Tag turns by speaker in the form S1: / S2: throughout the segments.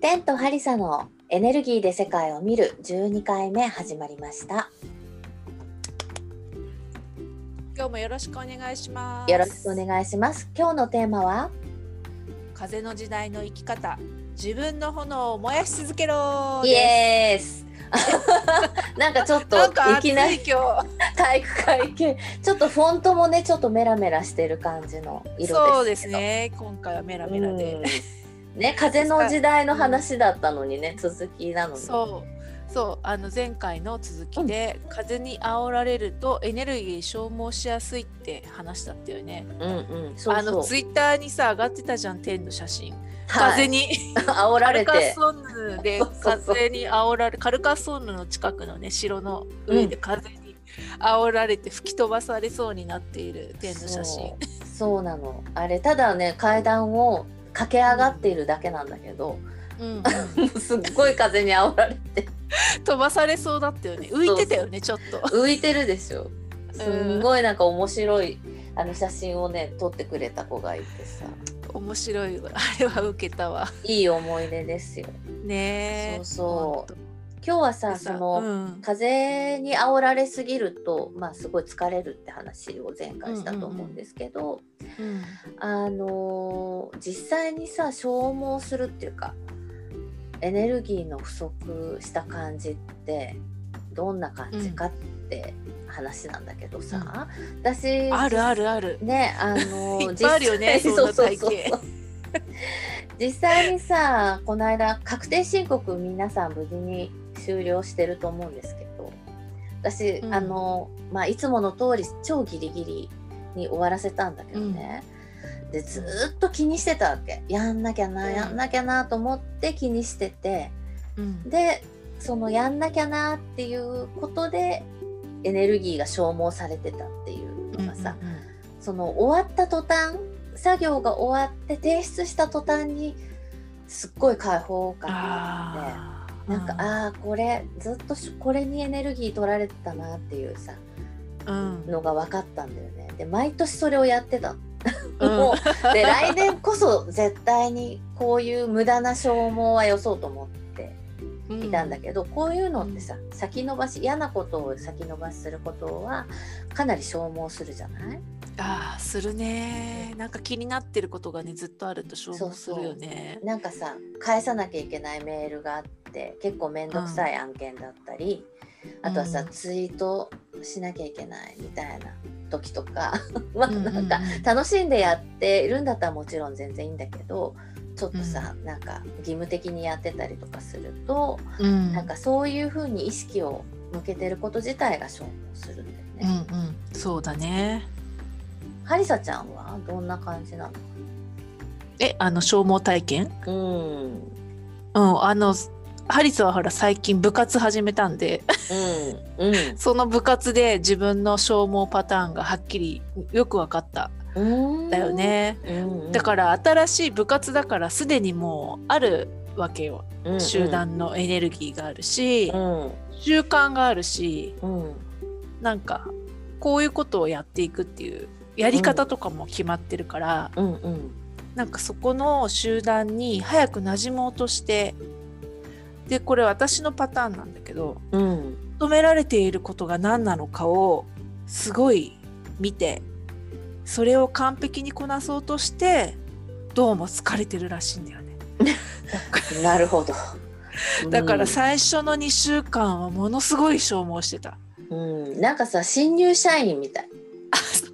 S1: テントハリサのエネルギーで世界を見る12回目始まりました。
S2: 今日もよろしくお願いします。
S1: よろしくお願いします。今日のテーマは
S2: 風の時代の生き方、自分の炎を燃やし続けろ
S1: イ
S2: です。
S1: エース なんかちょっと
S2: なんか
S1: い
S2: 暑い
S1: きなり
S2: 今
S1: 体育会系ちょっとフォントもねちょっとメラメラしてる感じの色で
S2: 日。
S1: すけど
S2: そうですね。今回はメラメラで。
S1: うんね風の時代の話だったのにね続きなのに
S2: そう。そうあの前回の続きで、風に煽られるとエネルギー消耗しやすいって話したったよね
S1: うんうんそうそう
S2: あのツイッターにさ上がってたじゃん天の写真、
S1: はい
S2: 風に
S1: 煽ら
S2: カ
S1: れ
S2: ルカ
S1: て
S2: ソンヌで
S1: そうそうそう
S2: 風に煽られカルカソンヌの近くのね城の上で風に煽られて吹き飛ばされそうになっている天の写真
S1: そうそうなのあれただね階段を駆け上がっているだけなんだけど、
S2: うん、
S1: もうすっごい風に煽られて
S2: 飛ばされそうだったよね浮いてたよねちょっと
S1: 浮いてるでしょすんごいなんか面白いあの写真をね撮ってくれた子がいてさ
S2: 面白いわあれは受けたわ
S1: いい思い出ですよ
S2: ねえ
S1: そうそう今日はさその、
S2: うん
S1: 風に煽られすぎると、まあ、すごい疲れるって話を前回したと思うんですけど、
S2: うん
S1: あのー実際にさ消耗するっていうかエネルギーの不足した感じってどんな感じかって話なんだけどさ、私
S2: あるあるある
S1: ねあの
S2: いっぱいあるよね
S1: 実際
S2: そんな体型
S1: ううう実際にさこの間確定申告皆さん無事に終了してると思うんですけど私、
S2: うん
S1: あのまあいつもの通り超ギリギリに終わらせたんだけどね、でずーっと気にしてたわけやんなきゃな、
S2: うん
S1: やんなきゃなと思って気にしてて
S2: うん
S1: でそのやんなきゃなっていうことでエネルギーが消耗されてたっていうのがさ、
S2: うんうんうん
S1: その終わった途端作業が終わって提出した途端にすっごい解放感があって
S2: あー
S1: なんかああーこれずっとしこれにエネルギー取られてたなっていうさ
S2: うん
S1: のが分かったんだよねで毎年それをやってたの
S2: うん
S1: もうで来年こそ絶対にこういう無駄な消耗はよそうと思っていたんだけど、こういうのってさ先延ばし嫌なことを先延ばしすることはかなり消耗するじゃない
S2: ああするねなんか気になってることがねずっとあると消
S1: そう
S2: 耗す
S1: そう
S2: るよね
S1: なんかさ返さなきゃいけないメールがあって結構面倒くさい案件だったり、
S2: うん
S1: あとはさツイートしなきゃいけないみたいな時とか まあなんか
S2: うう
S1: 楽しんでやっているんだったらもちろん全然いいんだけどちょっとさ、なんか義務的にやってたりとかすると、
S2: う
S1: なんかそういう風に意識を向けてること自体が消耗するんだよ
S2: うん
S1: ね。
S2: うんそうだね
S1: ハリサちゃんはどんな感じな
S2: えあの消耗体験
S1: のうん
S2: うんあのハリスはほら最近部活始めたんで
S1: うんうん
S2: その部活で自分の消耗パターンがはっきりよく分かった
S1: うん
S2: ん だよね、だから新しい部活だからすでにもうあるわけよ
S1: ら
S2: 集団のエネルギーがあるし、
S1: うん
S2: 習慣があるし
S1: うん
S2: なんかこういうことをやっていくっていうやり方とかも決まってるから、
S1: うんうん
S2: なんかそこの集団に早く馴染もうとしてでこれ私のパターンなんだけど
S1: うん
S2: 求められていることが何なのかをすごい見てそれを完璧にこなそうとしてどうも疲れてるらしいんだよね。
S1: なるほど
S2: だから、最初の2週間はものすごい消耗してた。
S1: うんうんなんかさ新入社員みたい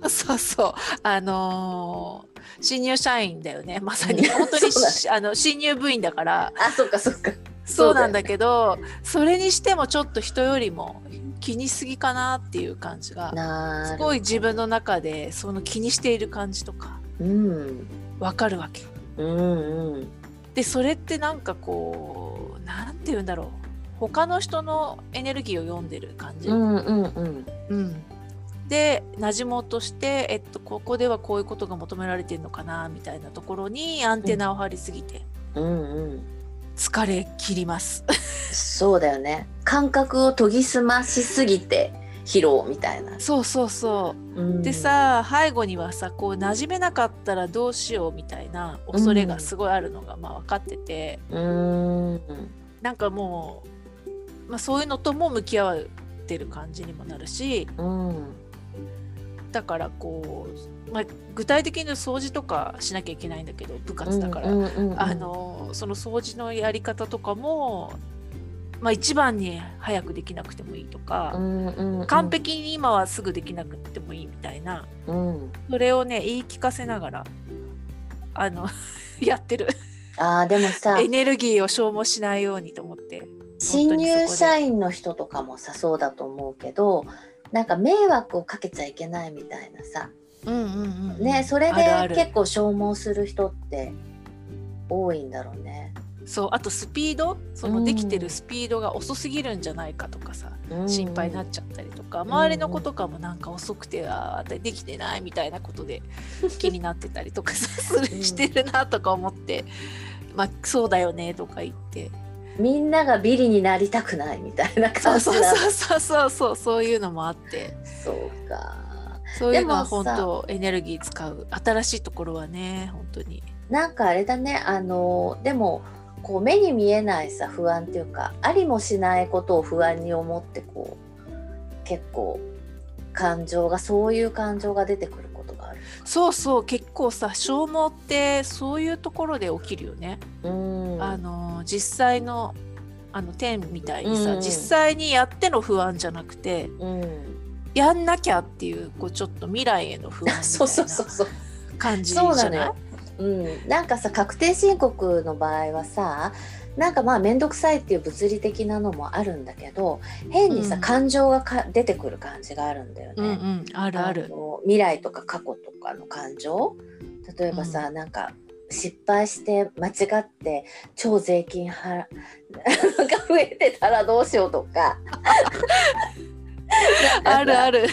S2: あ そうそうそうあのー新入社員だ よねまさに
S1: うん
S2: 本当に
S1: そうだ
S2: しあの新入部員だから
S1: あそっかそっか
S2: そうなんだけどそれにしてもちょっと人よりも気にしすぎかなっていう感じが
S1: な
S2: す
S1: る
S2: ごい自分の中でその気にしている感じとか
S1: うん
S2: わかるわけ
S1: うんうん
S2: でそれってなんかこうなんて言うんだろう他の人のエネルギーを読んでる感じ、
S1: うんうんうん
S2: うんで馴染もうとして、えっと、ここではこういうことが求められてるのかなみたいなところにアンテナを張りすぎて
S1: うんうん
S2: 疲れ切ります。
S1: そうだよね感覚を研ぎ澄ましすぎて疲労みたいな。
S2: そうそうそう、
S1: うん
S2: でさ背後にはさこう馴染めなかったらどうしようみたいな恐れがすごいあるのがまあ分かってて、
S1: うーん
S2: なんかもう、まあ、そういうのとも向き合ってる感じにもなるし
S1: うん
S2: だからこう、まあ、具体的に言うと掃除とかしなきゃいけないんだけど部活だから、
S1: うんうんうん
S2: あのその掃除のやり方とかも、まあ、一番に早くできなくてもいいとか。
S1: うんうんうん
S2: 完璧に今はすぐできなくてもいいみたいな
S1: うん
S2: それをね言い聞かせながらあの やってる
S1: あーでもさ
S2: エネルギーを消耗しないようにと思って
S1: 新入社員の人とかもさそうだと思うけどなんか迷惑をかけちゃいけないみたいなさ、
S2: うんうんうん
S1: ね、それ
S2: あ
S1: で
S2: るある
S1: 結構消耗する人って多いんだろうね。
S2: そうあとスピードそうの
S1: ん
S2: できてるスピードが遅すぎるんじゃないかとかさ
S1: うん
S2: 心配になっちゃったりとか周りの子とかもなんか遅くてあーできてないみたいなこと で気になってたりとか さす
S1: うん
S2: るしてるなとか思ってまあそうだよねとか言って
S1: みんながビリになりたくないみたいな
S2: そ
S1: 感
S2: う
S1: じだ
S2: そうそうそうそうそうそういうのもあって
S1: そうか
S2: そういうの
S1: でも
S2: は本
S1: さ
S2: 当エネルギー使う新しいところはね本当に
S1: なんかあれだねあのでもこう目に見えないさ不安っていうかありもしないことを不安に思ってこう結構感情がそういう感情が出てくることがある。
S2: そうそう結構さ消耗ってそういうところで起きるよね、
S1: うん
S2: あの実際のあの点みたいにさ、
S1: うんうん
S2: 実際にやっての不安じゃなくて
S1: うん、
S2: やんなきゃっていうこうちょっと未来への不安みたい な
S1: そうそうそうそう
S2: 感じじゃ
S1: そう
S2: ない
S1: なのよ、うん、なんかさ確定申告の場合はさなんかまあ面倒くさいっていう物理的なのもあるんだけど変にさ、
S2: うん
S1: 感情がか出てくる感じがあるんだよね。
S2: うんうんあるある
S1: の未来とか過去とかの感情例えばさ、なんか失敗して間違って超税金払 なんか増えてたらどうしようとかなんかさ
S2: あるある、
S1: ね、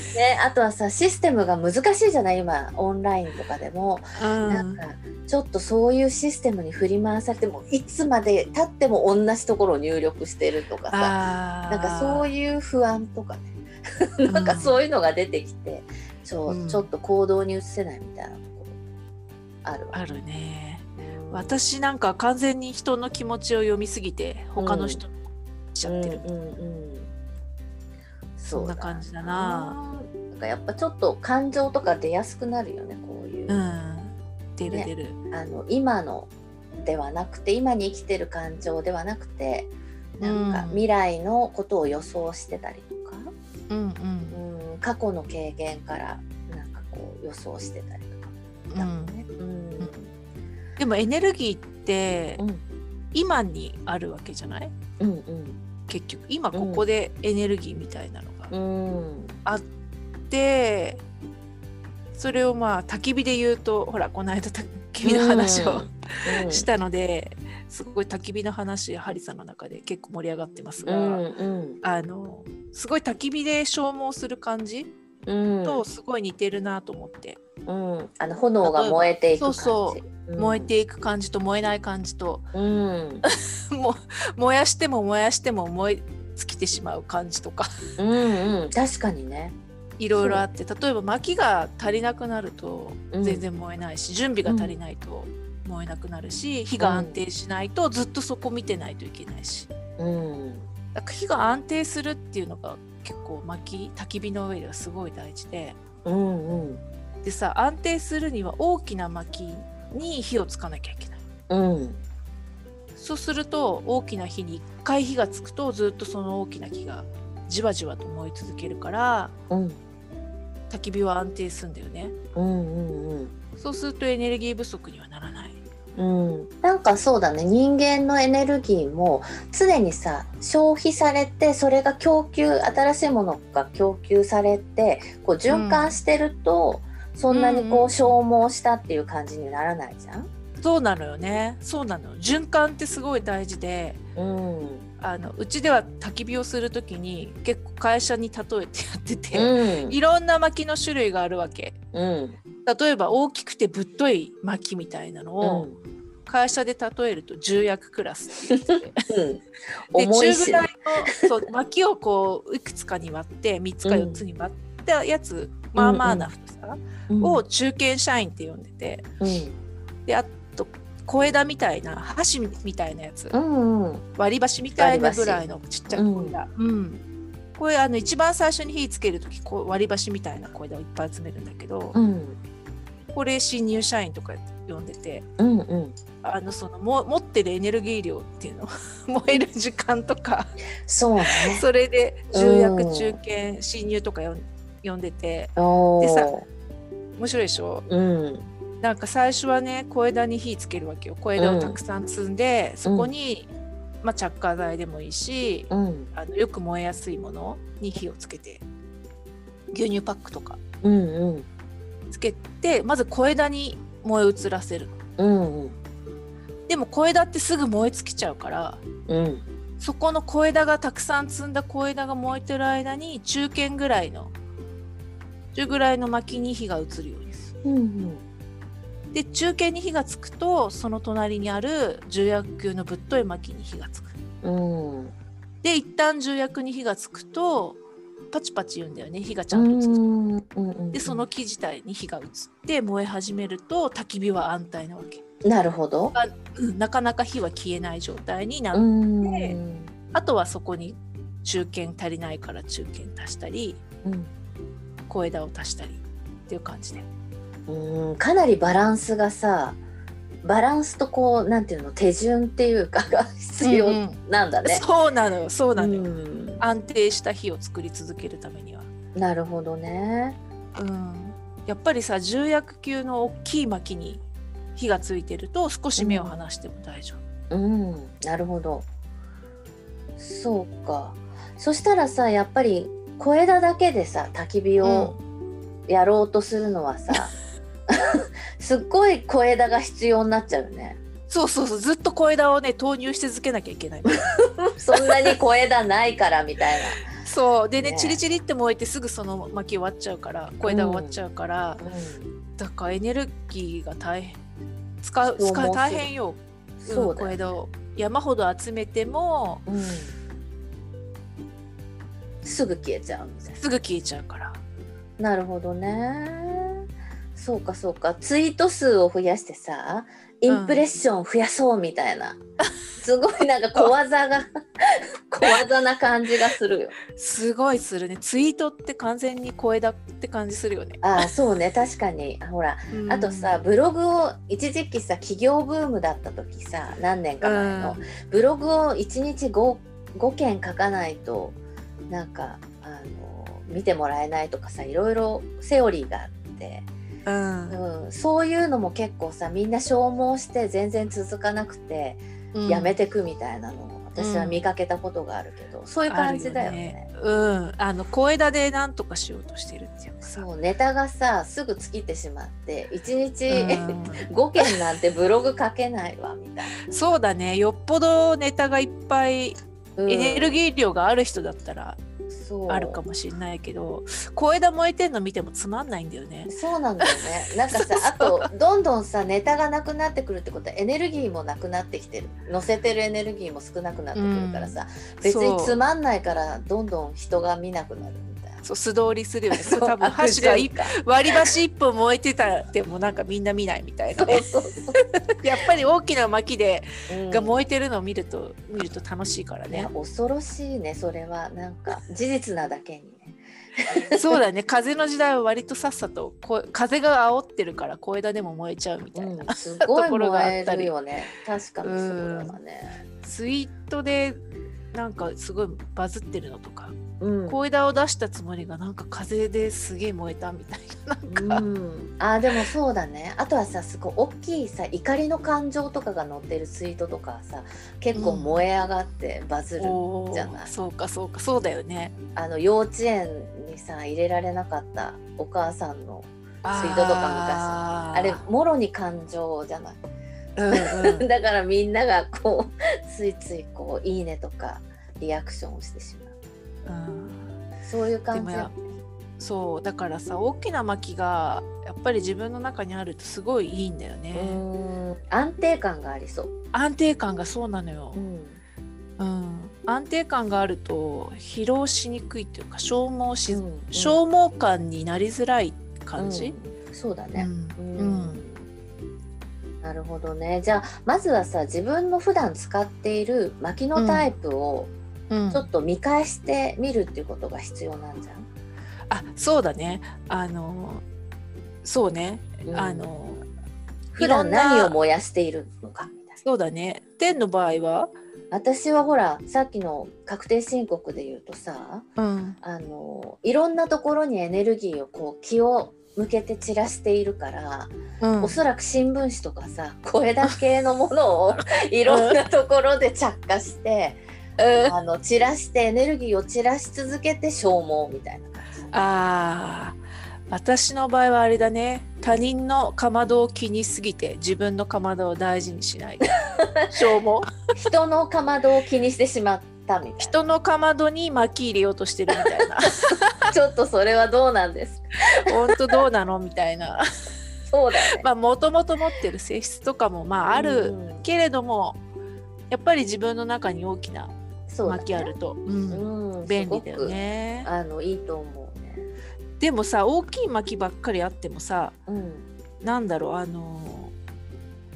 S1: あとはさシステムが難しいじゃない今オンラインとかでも、
S2: う
S1: なん
S2: ん、
S1: かちょっとそういうシステムに振り回されてもいつまで経っても同じところを入力してるとかさ
S2: あ
S1: なんかそう
S2: い
S1: いう不安とかね
S2: うん
S1: なんかそういうのが出てきてちょ,、
S2: うん
S1: ちょっと行動に移せないみたいなところあるわ。
S2: あるね私なんか完全に人の気持ちを読みすぎて他の人にしちゃってる、
S1: うんうんうん
S2: そん
S1: だ
S2: な感じだな
S1: なんかやっぱちょっと感情とか出やすくなるよねこういう。
S2: うん出る
S1: ね
S2: 出る、
S1: あの今のではなくて今に生きてる感情ではなくてなんか
S2: うん
S1: 未来のことを予想してたりとか、
S2: うんうん
S1: うん、過去の経験からなんかこう予想してたりとか
S2: う
S1: だもん
S2: ん
S1: ね。うん
S2: でもエネルギーって
S1: うん
S2: 今にあるわけじゃない
S1: うん
S2: 結局今ここでエネルギーみたいなのが
S1: うん
S2: あって、それをまあ焚き火で言うとほらこの間焚き火の話を、
S1: うん
S2: したのですごい焚き火の話ハリさんの中で結構盛り上がってます
S1: う
S2: が。
S1: んうん
S2: あのすごい焚き火で消耗する感じ
S1: うん
S2: とすごい似てるなと思って、
S1: うんあの炎が燃えていく感じ
S2: そうそ
S1: うん
S2: 燃えていく感じと燃えない感じと
S1: うん
S2: もう燃やしても燃やしても燃え尽きてしまう感じとか
S1: うんうん確かにね
S2: いろいろあって例えば薪が足りなくなると
S1: うん
S2: 全然燃えないし、準備が足りないと燃えなくなるし火が安定しないとずっとそこ見てないといけないし
S1: うん
S2: だから火が安定するっていうのが結構薪焚き火の上ではすごい大事で。
S1: うんうん
S2: でさ安定するには大きな薪に火をつかなきゃいけない
S1: うん
S2: そうすると大きな火に1回火がつくとずっとその大きな木がじわじわと燃え続けるから
S1: うん
S2: 焚き火は安定するんだよね
S1: うんうん
S2: そうするとエネルギー不足にはならない
S1: うん、なんかそうだね人間のエネルギーも常にさ消費されてそれが供給新しいものが供給されてこう循環してると、そんなに
S2: うん
S1: こ
S2: うん
S1: う消耗したっていう感じにならないじゃん。
S2: そうなのよねそうなのよ循環ってすごい大事で
S1: うん、うん
S2: あのうちでは焚き火をする時に結構会社に例えてやってて、
S1: うん
S2: いろんな薪の種類があるわけ例えば大きくてぶっとい薪みたいなのを、
S1: う
S2: 会社で例えると重役ク ラスって言って
S1: うん、重
S2: で中
S1: い
S2: ぐ
S1: し
S2: ら
S1: ね
S2: いのそう巻きをこういくつかに割って3つか4つに割ったやつ、まあまあな太さを中堅社員って呼んでて、
S1: うん
S2: であと小枝みたいな箸みたいなやつ、
S1: うんうん
S2: 割り箸みたいなぐらいのちっちゃい小枝、うんこれあの一番最初に火つける時こう割り箸みたいな小枝をいっぱい集めるんだけど、
S1: うん
S2: これ新入社員とか呼んでて。
S1: うんうん
S2: あのそのも持ってるエネルギー量っていうの燃える時間とか
S1: そうね
S2: それで
S1: う
S2: 重役
S1: ん
S2: 中堅侵入とかよん呼んでて
S1: お
S2: でさ
S1: ー
S2: 面白いでしょ
S1: うん
S2: なんか最初はね小枝に火つけるわけよ小枝をたくさん積んで、そこに、まあ、着火剤でもいいし
S1: うん
S2: あのよく燃えやすいものに火をつけて牛乳パックとか
S1: うんうん
S2: つけてまず小枝に燃え移らせるの
S1: うんうん
S2: でも小枝ってすぐ燃え尽きちゃうから
S1: うん
S2: そこの小枝がたくさん積んだ小枝が燃えてる間に中堅ぐらいの中ぐらいの薪に火が移るようにする。
S1: うん
S2: で中堅に火がつくとその隣にある重役級のぶっとい薪に火がつく。
S1: うんうん
S2: で一旦重役に火がつくとパチパチ言うんだよね火がち
S1: ち
S2: ゃんとつくと。
S1: く
S2: でその木自体に火が移って燃え始めると焚き火は安泰なわけ、
S1: なるほど
S2: うんなかなか火は消えない状態になる、
S1: うん
S2: であとはそこに中堅足りないから中堅足したり
S1: うん
S2: 小枝を足したりっていう感じで
S1: うんかなりバランスがさバランスとこうなんていうの手順っていうかが必
S2: うんう
S1: 要
S2: ん
S1: なんだね。
S2: そうなのよそうなのよ、
S1: うん
S2: 安定した火を作り続けるためには、
S1: なるほどね。
S2: うん、やっぱりさ重役級の大きい薪に火がついてると少し目を離しても大丈夫、
S1: うん、なるほど。そうか。そしたらさやっぱり小枝だけでさ焚き火をやろうとするのはさ、すっごい小枝が必要になっちゃうよね。
S2: そうそうそうずっと小枝をね投入し続けなきゃいけない
S1: そんなに小枝ないからみたい
S2: そうでね
S1: ね
S2: チリチリって燃えてすぐその薪終わっちゃうから小枝終わっちゃうか
S1: な。
S2: ら、
S1: うん、
S2: だからエネルギーが大変使う
S1: 消耗
S2: 使う
S1: する
S2: 大変よ、うん
S1: そうだ
S2: 小
S1: よね
S2: 枝を山ほど集めても
S1: うん、すぐ消えちゃうみたい
S2: すぐ消えちゃうから
S1: な。なるほどね。そうかそうかツイート数を増やしてさインプレッション増やそうみたいな、すごいなんか小技が小技な感じがするよ。
S2: すごいするねツイートって完全に小枝って感じするよね、
S1: ああそうね確かにほら
S2: うん
S1: あとさブログを一時期さ企業ブームだった時さ何年か前の、ブログを1日 5, 5件書かないとなんかあの見てもらえないとかさいろいろセオリーがあって、
S2: うん
S1: うん、そういうのも結構さみんな消耗して全然続かなくて
S2: うん
S1: やめてくみたいなのを私は見かけたことがあるけど、そういう感じだよね。
S2: あるよねうんあの小枝でなんとかしようとしてるっていうかさ
S1: そうネタがさすぐ尽きてしまって1日、
S2: う
S1: 5件なんてブログ書けないわみたい
S2: んそうだねよっぽどネタがいっぱい
S1: な、
S2: エネル
S1: ギ
S2: ギー量がある人だったら
S1: ー
S2: あるかもしれないけど小枝燃えてんの見てもつまんないんだよね
S1: そうなんだよね。 なんかさ、あとどんどんさネタがなくなってくるってことはエネルギーもなくなってきてる。乗せてるエネルギーも少なくなってくるからさ、別につまんないからどんどん人が見なくなるみたいな。
S2: そう素通りするよねそれ多分
S1: 悪
S2: 箸が
S1: 循
S2: 一
S1: 環
S2: 割り箸一本燃えてたでもなんかみんな見ないみたいなね
S1: そうそうそ
S2: やっぱり大きな薪で
S1: う。うん
S2: が燃えてるのを見ると見ると楽しいから
S1: ね
S2: ね。
S1: 恐ろしいねそれはなんか事実なだけにね。
S2: そうだね。風の時代は割とさっさとこう風が煽ってるから小枝でも燃えちゃうみたいな。
S1: うん、すごい
S2: ところがあ
S1: 燃
S2: っ
S1: え
S2: たり
S1: るよ ね。確かにそうだわね。
S2: ツイートでなんかすごいバズってるのとか、
S1: うん。
S2: 小枝を出したつもりがなんか風ですげえ燃えたみたいなな
S1: うん
S2: か。
S1: ん、あーでもそうだねあとはさすごい大きいさ怒りの感情とかが載ってるツイートとかはさ結構燃え上がってバズる、
S2: おー
S1: じゃない
S2: そうかそうかそうだよね。
S1: あの幼稚園にさ入れられなかったお母さんのツイートとか
S2: あー
S1: あれもろに感情じゃない
S2: うんうん
S1: だからみんながこう ついついこう「いいね」とかリアクションをしてしまう
S2: うん
S1: そういう感じ
S2: でもやそうだからさ大きな薪がやっぱり自分の中にあるとすごいいいんだよね、
S1: うん安定感がありそう。
S2: 安定感がそうなのよ、
S1: ん、
S2: うん、安定感があると疲労しにくいっていうか消耗し、
S1: うんうん
S2: 消耗感になりづらい感じ、
S1: うんそうだ
S2: う
S1: ね。
S2: ん
S1: うん
S2: うん
S1: なるほどね。じゃあまずはさ自分の普段使っている薪のタイプを
S2: うん
S1: ちょっと見返してみるっていうことが必要なんじゃん。
S2: あそうだねあのそうね、
S1: うん
S2: あの
S1: 普段何を
S2: いろんな
S1: 燃やしているのかみたいな。
S2: そうだね天の場合は、
S1: 私はほらさっきの確定申告で言うとさ
S2: うん、
S1: あのいろんなところにエネルギーをこう気を向けて散らしているから、
S2: うん
S1: おそらく新聞紙とかさ小枝系のもの をいろんなところで着火して、あの散らしてエネルギーを散らし続けて消耗みたいな感じ。
S2: あー私の場合はあれだね他人のかまどを気にしすぎて自分のかまどを大事に しない消耗
S1: 人のかまどを気にしてしまったみたい
S2: 人のかまどに巻き入れようとしてるみたい な
S1: なちょっとそれはどうなんですか
S2: 本当どうなのみたいな
S1: そうだよね、
S2: まあもともと持ってる性質とかもまああ
S1: う
S2: る
S1: ん
S2: けれどもやっぱり自分の中に大きな
S1: そうだね
S2: 巻きあると、うん
S1: うん
S2: 便利だよ
S1: す
S2: ね
S1: ごくあのいいと思うね
S2: でもさ大きい巻きばっかりあってもさ
S1: うん
S2: なんだろうあの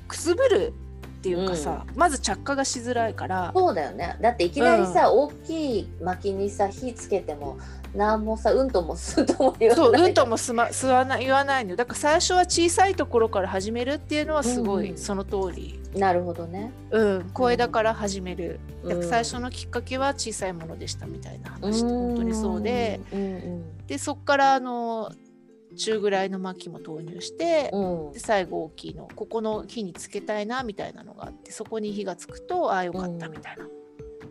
S2: くすぶるっていうかさ、まず着火がしづらいから
S1: そうだよねだっていきなりさ、大きい薪にさ火つけても何もさうんともすんとも言わない
S2: そううんともすま吸わない言わないのよだから最初は小さいところから始めるっていうのはすご
S1: うんう
S2: い
S1: ん
S2: その通り、
S1: なるほどね、
S2: うん、小枝から始める、だから最初
S1: の
S2: のきっかけは小さいものでしたみたいな話って本当にそうで、
S1: うん
S2: でそっからあの中ぐらいの薪も投入して、
S1: うんうん
S2: で最後大きいのここの火につけたいなみたいなのがあってそこに火がつくとああよかったみたいな、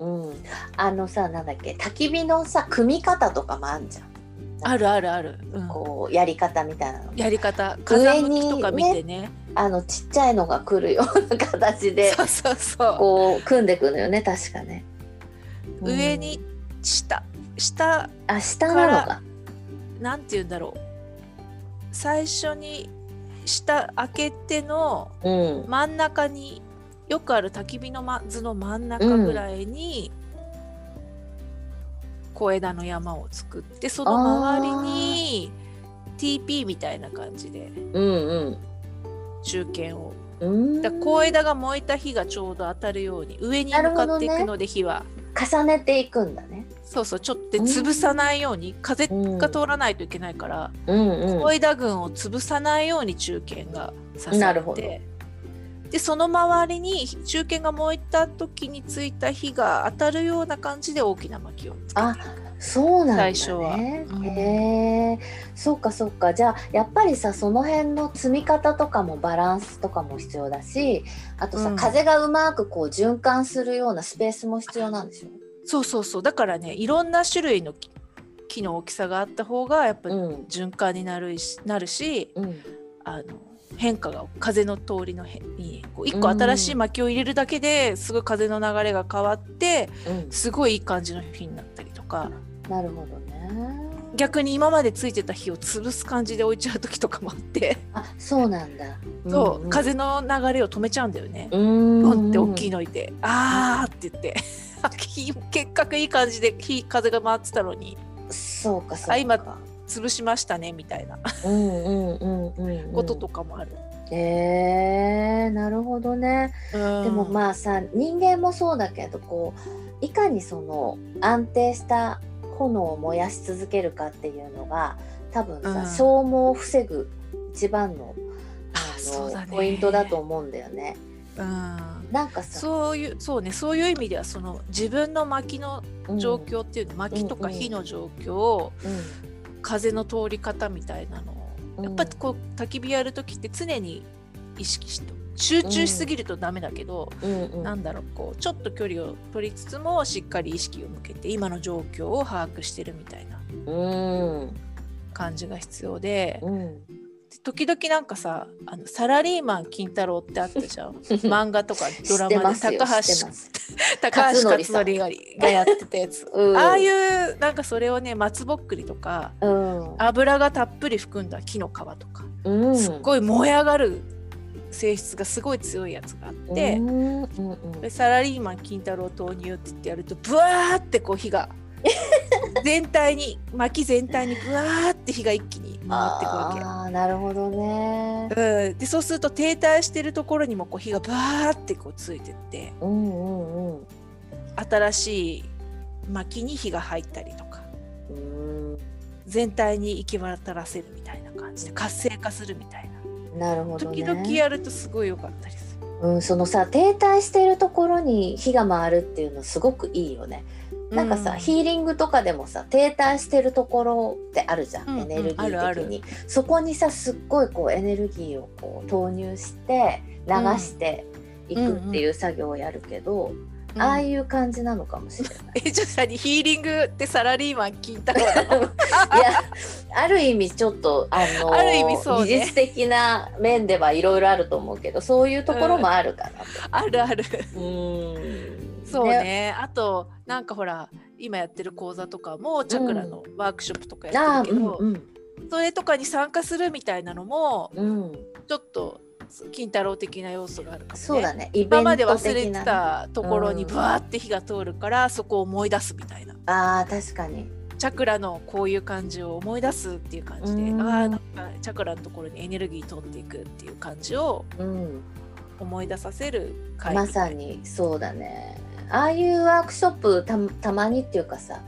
S1: うん、あのさなんだっけ焚き火のさ組み方とかもあんじゃん
S2: あるあるある、うん
S1: こうやり方みたいなの
S2: やり方風
S1: 上
S2: 向
S1: に
S2: きとか見てね
S1: あのちっちゃいのが来るような 形で
S2: そうそうそ
S1: こう組んでくのよね確かね
S2: う上に下下
S1: うんあ下なのか
S2: なんて言うんだろう最初に下開けての
S1: うん
S2: 真ん中によくある焚き火のま図の真ん中ぐらいに小枝の山を作ってその周りに TP みたいな感じで
S1: うん
S2: 中堅を
S1: うん
S2: だから小枝が燃えた火がちょうど当たるように上に向かっていく
S1: なるほ
S2: ので火は、
S1: 重ねていくんだね
S2: そうそうちょっとで潰さないように風
S1: うん
S2: が通らないといけないから、
S1: うんうん
S2: 小枝群を潰さないように中堅が刺さ
S1: なるほ
S2: っ
S1: ど
S2: てでその周りに中堅が燃えた時についた火が当たるような感じで大きな薪をつけていく
S1: あそうなんだね。
S2: 最初はうん
S1: へえ、そうかそうか。じゃあやっぱりさその辺の積み方とかもバランスとかも必要だし、あとさ、
S2: うん
S1: 風がうまくこう循環するようなスペースも必要なんでしょ。
S2: そうそうそうだからねいろんな種類の木木の大きさがあった方がやっぱり
S1: うん
S2: 循環になるしなるし
S1: うん
S2: あの変化が風の通りのへにこう一個新しい薪を入れるだけですごい風の流れが変わって
S1: うん。
S2: すごいいい感じの火になったりとか
S1: なるほどね。
S2: 逆に今までついてた火を潰す感じで置いちゃう時とかもあって、
S1: あそうなんだ。
S2: そう、
S1: んん。
S2: 風の流れを止めちゃうんだよね。
S1: うーん。
S2: ボンって大きいの置いて、あーって言 って。火結果いい感じで火風が回ってたのに
S1: そうかそうか。
S2: あ今潰しましたねみたいな
S1: うんうんうんうんうん。
S2: こととかもある、
S1: へえなるほどね。でも
S2: あ
S1: まあさ人間もそうだけどこういかにその安定した炎を燃やし続けるかっていうのが多分さ、
S2: うん
S1: 消耗を防ぐ一番の
S2: あそうだね
S1: ポイントだと思うんだよね。
S2: うん
S1: なんかさ
S2: そういうそうねそういう意味ではその自分の薪の
S1: うん
S2: 状況っていうの、薪とか
S1: うんうん
S2: 火の状況を、
S1: うん
S2: 風の通り方みたいなのを、
S1: うん
S2: やっぱりこう焚き火やる時って常に意識して集中しすぎるとダメだけど、
S1: うんうん
S2: なんだろうこうちょっと距離を取りつつもしっかり意識を向けて今の状況を把握してるみたいな
S1: うん
S2: 感じが必要で
S1: うん
S2: 時々なんかさあのサラリーマン金太郎ってあった じゃん漫画とか
S1: 知
S2: ド
S1: っ
S2: ラ
S1: て
S2: マ
S1: ま
S2: です
S1: よ
S2: 高
S1: 知って
S2: 橋
S1: ます
S2: 高橋
S1: 克
S2: 克
S1: 典さん
S2: 典ががやってたやつ
S1: うん
S2: ああいうなんかそれをね松ぼっくりとか
S1: うん
S2: 油がたっぷり含んだ木の皮とか
S1: うん
S2: すっごい燃え上がる性質がすごい強いやつがあって、
S1: うんうんうん
S2: でサラリーマン金太郎投入って言ってやるとブワーってこう火 が全体に薪全体にブワーって火が一気に回っていくわけ。
S1: あーなるほどね。
S2: うん、でそうすると停滞してるところにもこう火がバーってこうついてって
S1: うんうんうん。
S2: 新しい薪に火が入ったりとか
S1: う
S2: 全体に行き渡らせるみたいな感じで活性化するみたいな
S1: ーんなるほど
S2: 時
S1: ね。
S2: 々やるとすごい良かったりする。
S1: うん、そのさ停滞しているところに火が回るっていうのすごくいいよね。なんかさ、
S2: う
S1: ヒーリングとかでもさ停滞してるところってあるじゃん、
S2: うんうん
S1: エネルギー的に
S2: あるある
S1: そこにさすっごいこうエネルギーをこう投入して流していくっていう作業をやるけど、
S2: うん
S1: ああいう感じなのかもしれない。
S2: えちょっと何ヒーリングってサラリーマン聞いたわ
S1: いやある意味ちょっとあの
S2: ある意味そうね
S1: 技術的な面ではいろいろあると思うけどそういうところもあるかなと。
S2: あ るある
S1: うん
S2: そうねあとなんかほら今やってる講座とかもチャクラのワークショップとかや
S1: あ
S2: っ
S1: あ
S2: てるけど、
S1: うん
S2: それとかに参加するみたいなのも
S1: うんうん、
S2: ちょっと金太郎的な要素があるかもね
S1: そうだねイベ
S2: 今ま
S1: ン
S2: で
S1: ト
S2: 忘れ
S1: 的
S2: て
S1: な
S2: たところ
S1: う
S2: に
S1: ん
S2: ブワーって火が通るから、そこを思い出すみたいな
S1: あー確かに
S2: チャクラのこういう感じを思い出すっていう感じで、
S1: うん
S2: あーなんかチャクラのところにエネルギー通っていくっていう感じを
S1: うん
S2: 思い出させる会
S1: まさにそうだねああいうワークショップたたまにっていうかさ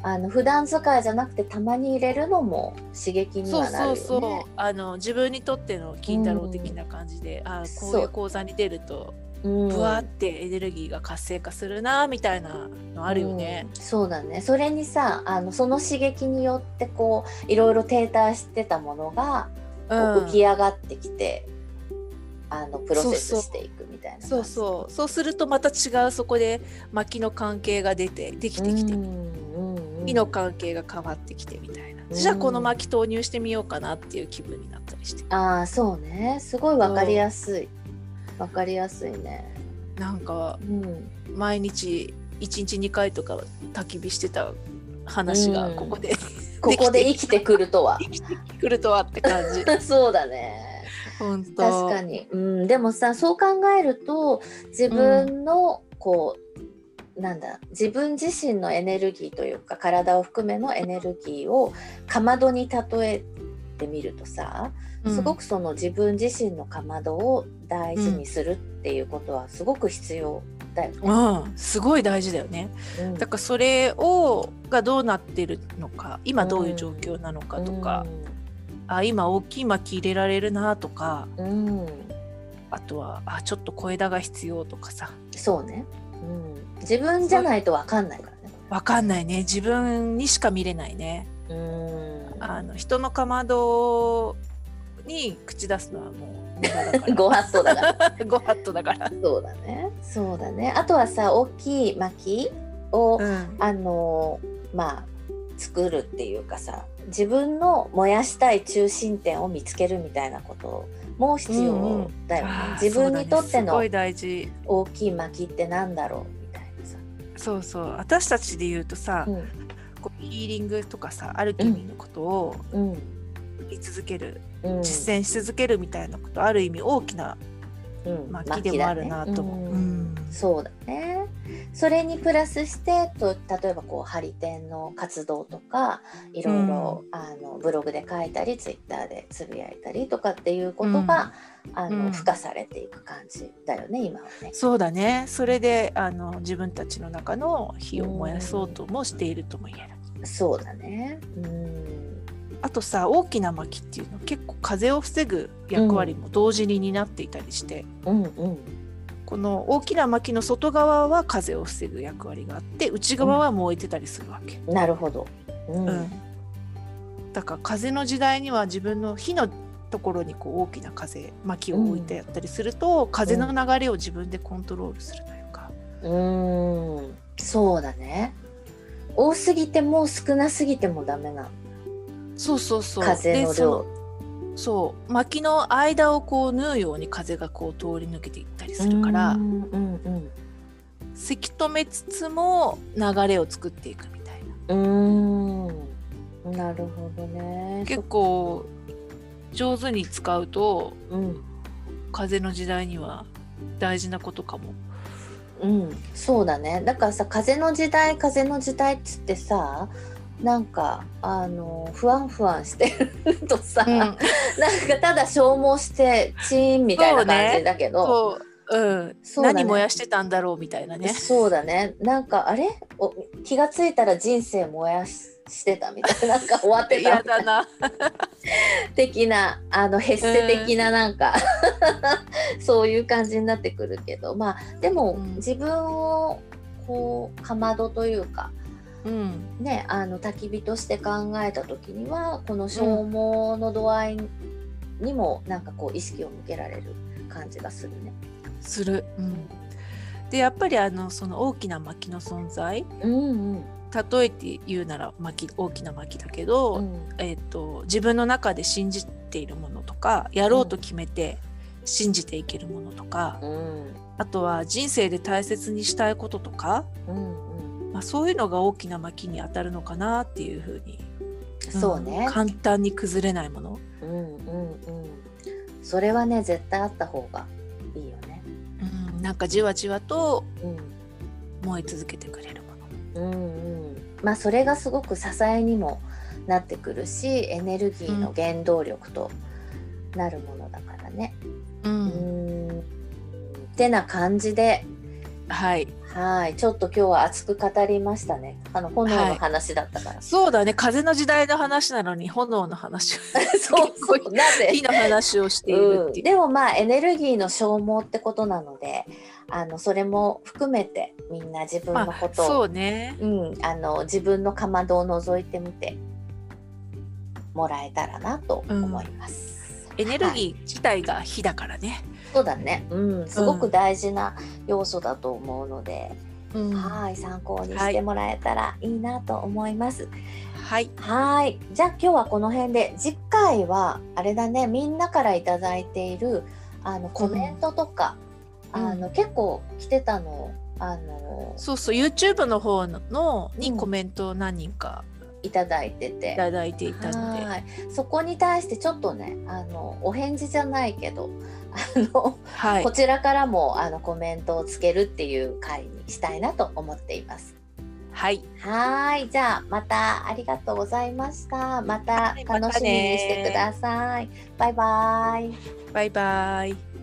S1: あの普段使いじゃなくてたまに入れるのも刺激に
S2: そう
S1: はなる
S2: そ
S1: よ
S2: う
S1: ね
S2: そう、あの自分にとっての金太郎的な感じで、あーこうい
S1: そうう
S2: 講座に出ると
S1: うん
S2: ブワーってエネルギーが活性化するなみたいなのあるよね。
S1: うんそうだねそれにさあのその刺激によってこういろいろ停滞してたものが、こう
S2: うん
S1: 浮き上がってきてあのプロセ
S2: そうそう
S1: スしていくみたいな
S2: そうそうそうするとまた違うそこで薪の関係が出てできてきて、火の関係が変わってきてみた
S1: う
S2: いな、
S1: ん
S2: じゃあこの薪投入してみようかなっていう気分になったりして
S1: ああそうねすごいわかりやすいわかりやすいね
S2: なんか
S1: うん
S2: 毎日1日2回とか焚き火してた話が
S1: うん
S2: ここで、
S1: ここで生きてくるとは
S2: 生きてくるとはって感 じ
S1: そうだね
S2: 本当
S1: 確かに、うん、でもさそう考えると自分のこう、なんだ自分自身のエネルギーというか体を含めのエネルギーをかまどに例えてみるとさ、
S2: うん
S1: すごくその自分自身のかまどを大事にするっていうことはすごく必要だよね。
S2: うん、すごい大事だよね。
S1: うん
S2: だからそれをがどうなってるのか今どういう状況なのかとか、あ今大きい薪入れられるなとか
S1: うん、うん
S2: あとはあちょっと小枝が必要とかさ
S1: そうね、うん、自分じゃないとわかんないからね。
S2: わかんないね自分にしか見れないね
S1: うん
S2: あの人のかまどに口出すのはもう無駄だか
S1: ご法度だから
S2: らご法度だから、
S1: そうだね。そうだね。あとはさ、大きい薪を、
S2: うん
S1: あのーまあ作るっていうかさ、自分の燃やしたい中心点を見つけるみたいなことも必要だよね。
S2: あー
S1: 自分にとって
S2: そうだねすご
S1: の
S2: い大事
S1: 大きい薪ってなんだろうみたいなさ。
S2: そうそう私たちで言うとさ、
S1: うん
S2: こうヒーリングとかさアルケミーのことを
S1: うん
S2: 言い続ける、
S1: うん
S2: 実践し続けるみたいなことある意味大きな
S1: うん
S2: 薪でもあるなと思
S1: 薪だね
S2: う。う
S1: うん
S2: ん
S1: そうだね。それにプラスしてと例えばこうハリテンの活動とかいろいろ、あのブログで書いたりツイッターでつぶやいたりとかっていうことが、あの
S2: うん
S1: 付加されていく感じだよね今はね。
S2: そうだねそれであの自分たちの中の火を燃やそうともしているとも言える、
S1: そうだね。うん
S2: あとさ大きな薪っていうのは結構風を防ぐ役割も同時に担っていたりして、
S1: うんうん
S2: この大きな薪の外側は風を防ぐ役割があって内側は燃えてたりするわけ、
S1: なるほど。うん
S2: うんだから風の時代には自分の火のところにこう大きな風薪を置いてやったりすると、風の流れを自分でコントロールするというか、
S1: うん、そうだね。多すぎても少なすぎてもダメな
S2: そうそうそう
S1: 風の
S2: でそ
S1: 量。
S2: そう薪の間をこう縫うように風がこう通り抜けていったりするから、
S1: うんうんうん
S2: せき止めつつも流れを作っていくみたいな
S1: うーんなるほどね。
S2: 結構上手に使うと
S1: うん
S2: 風の時代には大事なことかも。
S1: うん、そうだねだからさ風の時代風の時代っつってさなんかあの不安不安してるとさ、なんかただ消耗してチーンみたいな感じだけど
S2: そううん
S1: そうだね
S2: 何燃やしてたんだろうみたいな
S1: そう,、
S2: ね。
S1: だねなんかあれお気がついたら人生燃やししてたみたいななんか終わって
S2: 嫌
S1: た
S2: だな。
S1: 的なあのヘッセ的ななんか、 そういう感じになってくるけどまあでも、
S2: うん
S1: 自分をこうかまどというか
S2: うん
S1: ね、あの焚き火として考えた時にはこの消耗の度合いにもなんかこう意識を向けられる感じがするね。
S2: する。うん、でやっぱりあのその大きな薪の存在
S1: うんうん
S2: 例えて言うなら薪大きな薪だけど、
S1: うん
S2: えー、と自分の中で信じているものとかやろうと決めて信じていけるものとか、
S1: うん
S2: あとは人生で大切にしたいこととか、
S1: うん
S2: まあ、そういうのが大きな薪に当たるのかなっていうふうに、
S1: そうね
S2: ん、簡単に崩れないもの、
S1: うんうんうんそれはね絶対あった方がいいよね。
S2: うん、なんかじわじわと
S1: うん
S2: 燃え続けてくれるもの。
S1: うんうんまあそれがすごく支えにもなってくるしエネルギーの原動力となるものだからね。
S2: う
S1: うんんってな感じで
S2: はい、
S1: はい、ちょっと今日は熱く語りましたね。あの炎の話だったから。
S2: そうだね風の時代の話なのに炎 の話を
S1: そうそうなぜ
S2: 火。の話をしている
S1: う
S2: っ
S1: ん、
S2: ていう。
S1: でもまあエネルギーの消耗ってことなのであのそれも含めてみんな自分の
S2: ま
S1: こ
S2: あ、
S1: とを、
S2: そうね、
S1: うん、あの自分のかまどを覗いてみてもらえたらなと思います。
S2: エネル
S1: はい
S2: ギー自体が火だからね。
S1: そうだね、うん、すごく大事な要素だと思うので、
S2: うん
S1: はい参考にしてもらえたらいいなと思います。
S2: はい、
S1: はい。じゃあ今日はこの辺で、次回はあれだね、みんなからいただいているあのコメントとか、
S2: うん
S1: あの結構来てたのをあの
S2: そうそう YouTube の方の
S1: う
S2: に
S1: ん
S2: コメントを何人か
S1: いただいてて
S2: い、ただいていたので、
S1: はい。そこに対してちょっとね、あのお返事じゃないけど、あの、
S2: はい
S1: こ、ちらからもあのコメントをつけるっていう回にしたいなと思っています。
S2: はい、
S1: はい、じゃあまたありがとうございました。また
S2: はいまたね
S1: 楽しみにしてください。バイバイ。
S2: バイバイ。